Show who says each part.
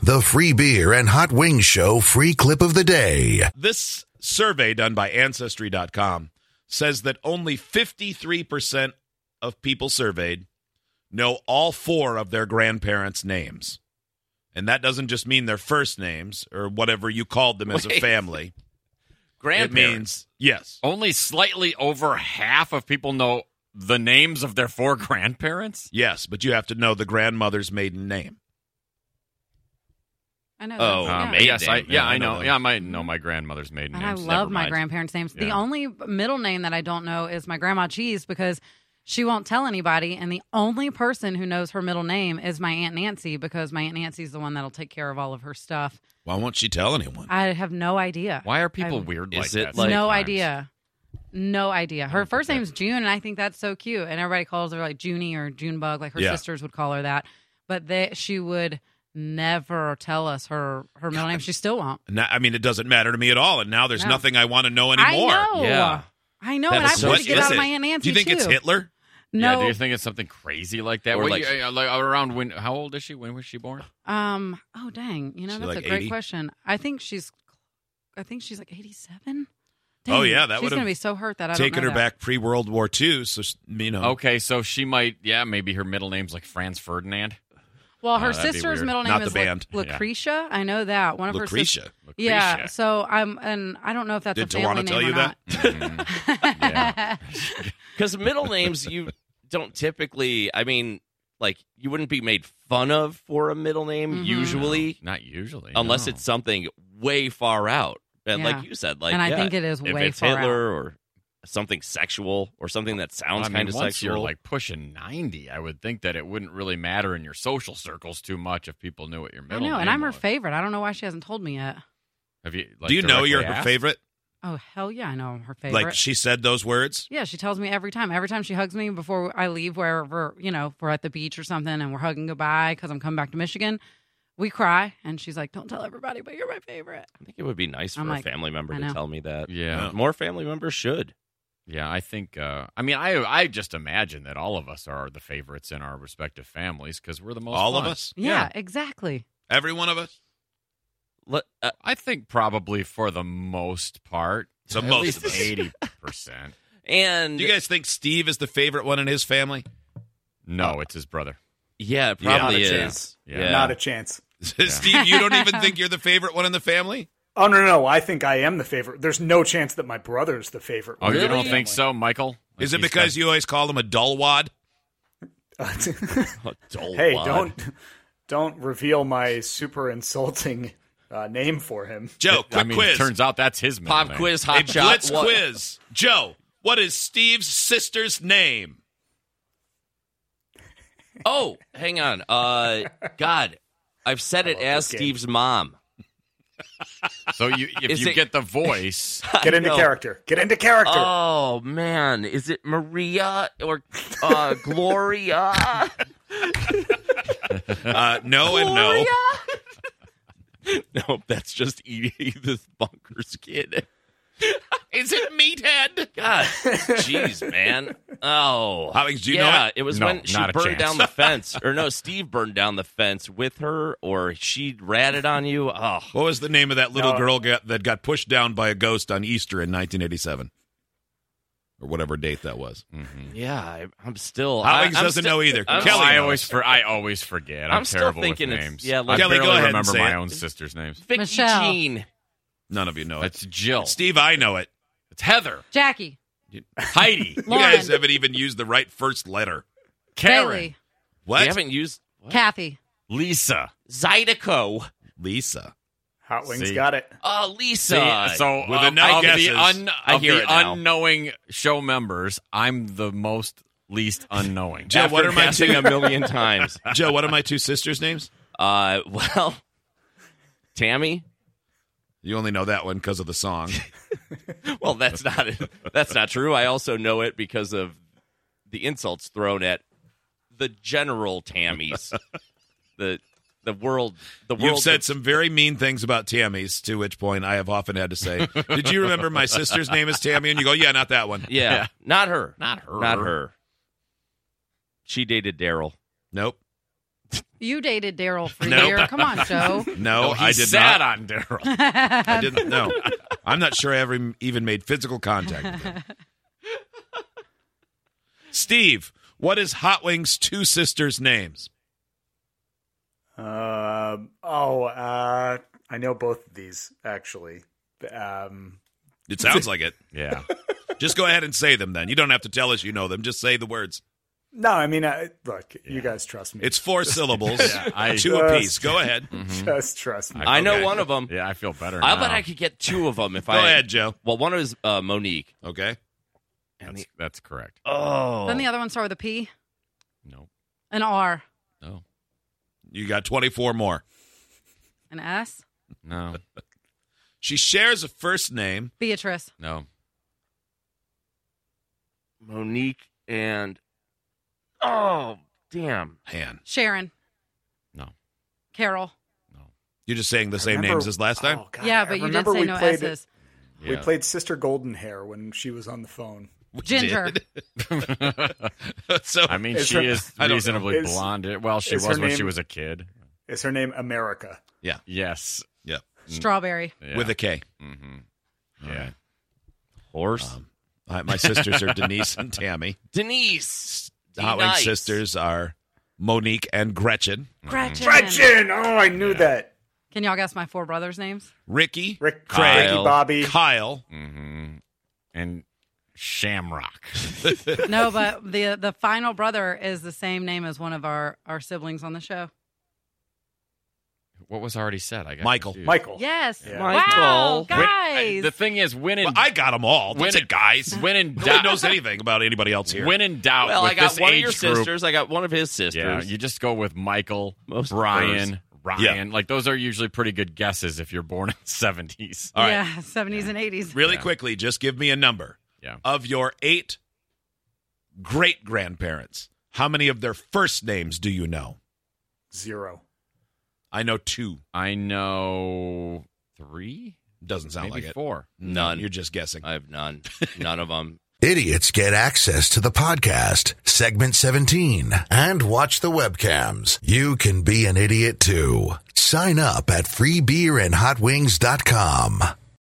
Speaker 1: The Free Beer and Hot Wings Show free clip of the day.
Speaker 2: This survey done by Ancestry.com says that only 53% of people surveyed know all four of their grandparents' names. And that doesn't just mean their first names or whatever you called them as a
Speaker 3: Wait.
Speaker 2: family. It means,
Speaker 3: Grandparents.
Speaker 2: yes.
Speaker 3: only slightly over half of people know the names of their four grandparents.
Speaker 2: Yes, but you have to know the grandmother's maiden name.
Speaker 4: I know.
Speaker 5: Oh,
Speaker 4: that's-
Speaker 3: Um,
Speaker 5: maiden
Speaker 3: yes, I,
Speaker 5: name.
Speaker 3: yeah, I know. Yeah, I might know my grandmother's maiden
Speaker 4: And
Speaker 3: name.
Speaker 4: I love my grandparents' names. The
Speaker 3: Yeah.
Speaker 4: only middle name that I don't know is my grandma Cheese because she won't tell anybody. And the only person who knows her middle name is my Aunt Nancy because my Aunt Nancy's the one that'll take care of all of her stuff.
Speaker 2: Why won't she tell anyone?
Speaker 4: I have no idea.
Speaker 3: Why are people
Speaker 4: I'm-
Speaker 3: weird
Speaker 5: Is
Speaker 3: like
Speaker 5: it
Speaker 3: that?
Speaker 5: like-
Speaker 4: no
Speaker 3: sometimes?
Speaker 4: idea. No idea.
Speaker 3: I
Speaker 4: Her
Speaker 3: don't
Speaker 4: first
Speaker 3: get that.
Speaker 4: name's June, and I think that's so cute. And everybody calls her like Junie or Junebug, like her
Speaker 2: Yeah.
Speaker 4: sisters would call her that. But they, she would never tell us her her middle name. She still won't.
Speaker 2: And that- I mean, it doesn't matter to me at all. And now there's
Speaker 4: No.
Speaker 2: nothing I want to know anymore.
Speaker 4: I know.
Speaker 3: Yeah.
Speaker 4: I know,
Speaker 5: That
Speaker 4: and
Speaker 5: is
Speaker 4: I'm
Speaker 5: so
Speaker 4: supposed to get out
Speaker 2: Listen,
Speaker 4: of my Aunt Nancy
Speaker 2: Do you think
Speaker 4: too.
Speaker 2: it's Hitler?
Speaker 4: No,
Speaker 3: Yeah, do you think it's something crazy like that?
Speaker 5: Or
Speaker 3: What
Speaker 5: like-
Speaker 3: year- uh, like around when? How old is she? When was she born?
Speaker 4: Um. Oh, dang. You know,
Speaker 2: She
Speaker 4: that's
Speaker 2: like
Speaker 4: a great
Speaker 2: 80?
Speaker 4: question. I think she's, I think she's like eighty-seven.
Speaker 2: Oh,
Speaker 4: Dang,
Speaker 2: yeah, that
Speaker 4: she's
Speaker 2: would've
Speaker 4: gonna be so hurt that I
Speaker 2: Taking
Speaker 4: don't know
Speaker 2: her
Speaker 4: that.
Speaker 2: back pre World War II. So, s- you know.
Speaker 3: Okay, so she might. Yeah, maybe her middle name's like Franz Ferdinand.
Speaker 4: Well,
Speaker 3: Oh,
Speaker 4: her
Speaker 3: that'd be
Speaker 4: sister's
Speaker 3: weird.
Speaker 4: middle name
Speaker 2: Not
Speaker 4: is
Speaker 2: the
Speaker 4: Lu-
Speaker 2: band.
Speaker 3: Yeah.
Speaker 4: Lucretia. I know that one of her sisters.
Speaker 2: Lucretia.
Speaker 4: Yeah.
Speaker 3: Lucretia.
Speaker 4: So I'm, and I don't know if that's
Speaker 2: Did
Speaker 4: a
Speaker 2: Tawana
Speaker 4: family name
Speaker 2: tell
Speaker 4: or
Speaker 2: you
Speaker 4: not.
Speaker 2: that?
Speaker 3: Mhm. Yeah.
Speaker 5: Because middle names, you don't typically, I mean, like, you wouldn't be made fun of for a middle name
Speaker 4: Mhm.
Speaker 5: usually,
Speaker 3: Mm, Not usually,
Speaker 5: unless
Speaker 3: no.
Speaker 5: it's something way far out. And
Speaker 4: Yeah.
Speaker 5: like you said, like,
Speaker 4: and I
Speaker 5: yeah,
Speaker 4: think it is
Speaker 5: if
Speaker 4: way
Speaker 5: it's
Speaker 4: far out.
Speaker 5: Hitler or something sexual or something that
Speaker 3: Well,
Speaker 5: sounds
Speaker 3: I mean,
Speaker 5: kind of
Speaker 3: once
Speaker 5: sexual.
Speaker 3: you're like pushing ninety, I would think that it wouldn't really matter in your social circles too much if people knew what your
Speaker 4: I
Speaker 3: middle.
Speaker 4: know, and
Speaker 3: name
Speaker 4: I'm her
Speaker 3: was.
Speaker 4: favorite. I don't know why she hasn't told me yet.
Speaker 3: Have you? Like,
Speaker 2: do you know
Speaker 3: directly
Speaker 2: you're her
Speaker 3: asked?
Speaker 2: favorite?
Speaker 4: Oh hell yeah, I know I'm her favorite.
Speaker 2: Like she said those words?
Speaker 4: Yeah, she tells me every time. Every time she hugs me before I leave, wherever, you know, if we're at the beach or something and we're hugging goodbye because I'm coming back to Michigan, we cry. And she's like, don't tell everybody, but you're my favorite.
Speaker 5: I think it would be nice for
Speaker 4: I'm
Speaker 5: a
Speaker 4: like,
Speaker 5: family member
Speaker 4: I
Speaker 5: to
Speaker 4: know.
Speaker 5: tell me that.
Speaker 3: Yeah.
Speaker 5: More family members should.
Speaker 3: Yeah, I think. Uh, I mean, I I just imagine that all of us are the favorites in our respective families because we're the most.
Speaker 2: All of
Speaker 3: fun.
Speaker 2: us?
Speaker 4: Yeah, exactly.
Speaker 2: Every one of us?
Speaker 5: Let, uh,
Speaker 3: I think probably for the most part,
Speaker 2: The
Speaker 3: at
Speaker 2: most
Speaker 3: least
Speaker 2: of us.
Speaker 3: eighty percent.
Speaker 5: and
Speaker 2: Do you guys think Steve is the favorite one in his family? Oh.
Speaker 3: No, it's his brother.
Speaker 5: yeah, it
Speaker 2: Yeah.
Speaker 5: probably
Speaker 6: Not a
Speaker 5: is.
Speaker 6: chance.
Speaker 3: Yeah.
Speaker 6: Not a chance.
Speaker 2: Steve, you don't even think you're the favorite one in the family?
Speaker 6: Oh no, no, no, I think I am the favorite. There's no chance that my brother's the favorite.
Speaker 3: Oh, you don't think so, Michael?
Speaker 2: Is it because you always call him a dullwad?
Speaker 6: hey, don't don't reveal my super insulting uh, name for him.
Speaker 2: Joe, quick
Speaker 3: I mean,
Speaker 2: quiz.
Speaker 3: it turns out that's his middle
Speaker 5: pop
Speaker 3: name.
Speaker 5: quiz,
Speaker 2: a
Speaker 5: hot shot.
Speaker 2: blitz
Speaker 5: what-
Speaker 2: quiz. Joe, what is Steve's sister's name?
Speaker 5: Oh, hang on. Uh, God, I've said it as
Speaker 6: this game.
Speaker 5: Steve's mom.
Speaker 3: So you, if
Speaker 5: Is
Speaker 3: you
Speaker 5: it-
Speaker 3: get the voice,
Speaker 6: Get into
Speaker 5: know.
Speaker 6: character. Get into character.
Speaker 2: Uh,
Speaker 5: Oh man, is it Maria or uh, Gloria?
Speaker 2: Uh, no and no.
Speaker 5: Gloria? Oh, no, that's just E Edie, this bunker's kid.
Speaker 2: Is it meathead?
Speaker 5: God, jeez, man. Oh,
Speaker 2: Hobbings, do you know
Speaker 5: yeah,
Speaker 2: it?
Speaker 5: it was
Speaker 3: No,
Speaker 5: when she
Speaker 3: not a
Speaker 5: burned
Speaker 3: chance.
Speaker 5: down the fence, or no, Steve burned down the fence with her, or she ratted on you. Oh,
Speaker 2: What was the name of that little
Speaker 6: No.
Speaker 2: girl got, that got pushed down by a ghost on Easter in 1987? Or whatever date that was.
Speaker 3: Mm-hmm.
Speaker 5: yeah, I, I'm still. I, I'm
Speaker 2: Hobbings doesn't
Speaker 5: still-
Speaker 2: know either.
Speaker 5: I'm-
Speaker 2: Kelly
Speaker 3: I
Speaker 2: knows.
Speaker 3: always for I always forget. I'm,
Speaker 5: I'm still
Speaker 3: terrible
Speaker 5: thinking
Speaker 3: with
Speaker 5: it's-
Speaker 3: names.
Speaker 5: yeah,
Speaker 3: I
Speaker 5: like-
Speaker 2: Kelly, go
Speaker 3: barely
Speaker 2: ahead and
Speaker 3: remember
Speaker 2: say
Speaker 3: my
Speaker 2: it.
Speaker 3: own sister's names.
Speaker 5: Vicky
Speaker 4: Michelle.
Speaker 5: Jean.
Speaker 2: None of you know it.
Speaker 3: That's Jill.
Speaker 2: Steve, I know it.
Speaker 3: It's Heather.
Speaker 4: Jackie,
Speaker 3: Heidi.
Speaker 4: Lauren,
Speaker 2: You guys haven't even used the right first letter.
Speaker 3: Karen.
Speaker 4: Bailey,
Speaker 2: What?
Speaker 5: We haven't used
Speaker 4: Kathy.
Speaker 3: Lisa.
Speaker 5: Zydeco.
Speaker 2: Lisa.
Speaker 6: Hot Wings
Speaker 3: see.
Speaker 6: got it.
Speaker 5: Oh,
Speaker 3: See,
Speaker 5: Lisa.
Speaker 3: so uh,
Speaker 2: with
Speaker 3: of,
Speaker 2: enough
Speaker 3: of
Speaker 2: guesses,
Speaker 3: the, un,
Speaker 5: I
Speaker 3: of
Speaker 5: hear
Speaker 3: the
Speaker 5: it now.
Speaker 3: unknowing show members, I'm the most least unknowing.
Speaker 2: Joe, what are my
Speaker 5: guessing
Speaker 2: two?
Speaker 5: a million times?
Speaker 2: Joe, what are my two sisters' names?
Speaker 5: Uh, well, Tammy
Speaker 2: You only know that one because of the song.
Speaker 5: Well, that's not that's not true. I also know it because of the insults thrown at the general Tammys, the the world. The world
Speaker 2: You've said some very mean things about Tammy's, to which point I have often had to say, Did you remember my sister's name is Tammy? And you go, Yeah, not that one.
Speaker 5: Yeah,
Speaker 3: Yeah.
Speaker 5: not her.
Speaker 3: Not her.
Speaker 5: Not her. She dated Daryl.
Speaker 2: Nope.
Speaker 4: You dated Daryl for a
Speaker 2: Nope.
Speaker 4: year. Come on, Joe.
Speaker 2: No,
Speaker 3: Oh, he
Speaker 2: I did
Speaker 3: sat
Speaker 2: not.
Speaker 3: on Daryl.
Speaker 2: I didn't. No, I'm not sure I ever even made physical contact with him. Steve, what is Hot Wings' two sisters' names?
Speaker 6: Um oh, uh, I know both of these actually. Um,
Speaker 2: It sounds like it.
Speaker 3: yeah.
Speaker 2: Just go ahead and say them then. You don't have to tell us you know them. Just say the words.
Speaker 6: no, I mean, I, look, you guys trust me.
Speaker 2: It's mm-hmm. four syllables,
Speaker 3: Yeah, I-
Speaker 2: two apiece. Go ahead.
Speaker 6: just trust me.
Speaker 5: I know
Speaker 2: Okay.
Speaker 5: one of them.
Speaker 3: Yeah, I feel better.
Speaker 5: I
Speaker 3: now.
Speaker 5: bet I could get two of them if
Speaker 2: Go
Speaker 5: I.
Speaker 2: ahead, Joe.
Speaker 5: Well, one is uh, Monique.
Speaker 2: Okay.
Speaker 5: And
Speaker 3: That's,
Speaker 5: the-
Speaker 3: that's correct.
Speaker 5: oh,
Speaker 4: Then the other one start with a P,
Speaker 3: No,
Speaker 4: an R,
Speaker 3: no,
Speaker 2: You got 24 more.
Speaker 4: an S.
Speaker 3: no,
Speaker 2: She shares a first name.
Speaker 4: Beatrice.
Speaker 3: no.
Speaker 5: Monique and oh damn,
Speaker 2: Han.
Speaker 4: Sharon.
Speaker 3: No.
Speaker 4: Carol.
Speaker 2: You're just saying the same
Speaker 6: Remember-
Speaker 2: names as last time?
Speaker 6: Oh, God,
Speaker 4: yeah,
Speaker 6: I
Speaker 4: but you did
Speaker 6: remember
Speaker 4: say
Speaker 6: we
Speaker 4: no
Speaker 6: played,
Speaker 4: S's.
Speaker 3: Yeah.
Speaker 6: We played Sister Golden Hair when she was on the phone.
Speaker 2: We
Speaker 4: Ginger.
Speaker 2: did. so
Speaker 3: I mean,
Speaker 6: Is
Speaker 3: she
Speaker 6: her-
Speaker 3: is
Speaker 2: I don't know.
Speaker 3: reasonably
Speaker 6: Is-
Speaker 3: blonde. Well, she
Speaker 6: is
Speaker 3: was
Speaker 6: her
Speaker 3: when she
Speaker 6: name-
Speaker 3: was a kid.
Speaker 6: Is her name America?
Speaker 3: Yes.
Speaker 2: Mm.
Speaker 4: Strawberry.
Speaker 3: Yeah.
Speaker 2: with a K.
Speaker 3: Mm-hmm. Yeah.
Speaker 5: horse
Speaker 2: Um, I- my sisters are Denise and Tammy.
Speaker 5: Denise.
Speaker 2: Hot Wing
Speaker 5: Denise.
Speaker 2: sisters are Monique and Mm-hmm. Gretchen.
Speaker 4: Gretchen.
Speaker 6: Gretchen. Oh, I knew that.
Speaker 4: Can y'all guess my four brothers' names?
Speaker 2: Ricky,
Speaker 6: Rick,
Speaker 5: Kyle.
Speaker 6: Ricky Bobby.
Speaker 2: Kyle.
Speaker 3: Mm-hmm. And Shamrock.
Speaker 4: no, but the the final brother is the same name as one of our our siblings on the show.
Speaker 3: what was already said? I got
Speaker 2: Michael.
Speaker 3: confused.
Speaker 6: Michael.
Speaker 4: Yes.
Speaker 6: Yeah.
Speaker 4: Wow,
Speaker 5: Michael.
Speaker 3: When-
Speaker 4: guys.
Speaker 3: the thing is, when in
Speaker 2: Well, I got them all.
Speaker 3: when
Speaker 2: That's
Speaker 3: in,
Speaker 2: it, guys.
Speaker 3: when in
Speaker 2: Nobody
Speaker 3: doubt,
Speaker 2: knows anything about anybody else here.
Speaker 3: when in doubt,
Speaker 5: Well,
Speaker 3: with
Speaker 5: I got
Speaker 3: this
Speaker 5: one of
Speaker 3: age
Speaker 5: your
Speaker 3: group,
Speaker 5: sisters. I got one of his
Speaker 3: Yeah,
Speaker 5: sisters.
Speaker 3: you just go with Michael,
Speaker 5: Most
Speaker 3: Brian, Ryan. Like those are usually pretty good guesses if you're born in the seventies.
Speaker 2: all right.
Speaker 4: Yeah, seventies and eighties.
Speaker 2: really
Speaker 3: Yeah.
Speaker 2: quickly, just give me a number
Speaker 3: Yeah.
Speaker 2: of your eight great grandparents. How many of their first names do you know?
Speaker 6: Zero.
Speaker 2: I know two.
Speaker 3: I know three,
Speaker 2: Doesn't sound
Speaker 3: maybe
Speaker 2: like it.
Speaker 3: four.
Speaker 5: None.
Speaker 2: You're just guessing.
Speaker 5: I have none. None of them.
Speaker 1: Idiots get access to the podcast, segment 17, and watch the webcams. You can be an idiot too. Sign up at freebeerandhotwings.com.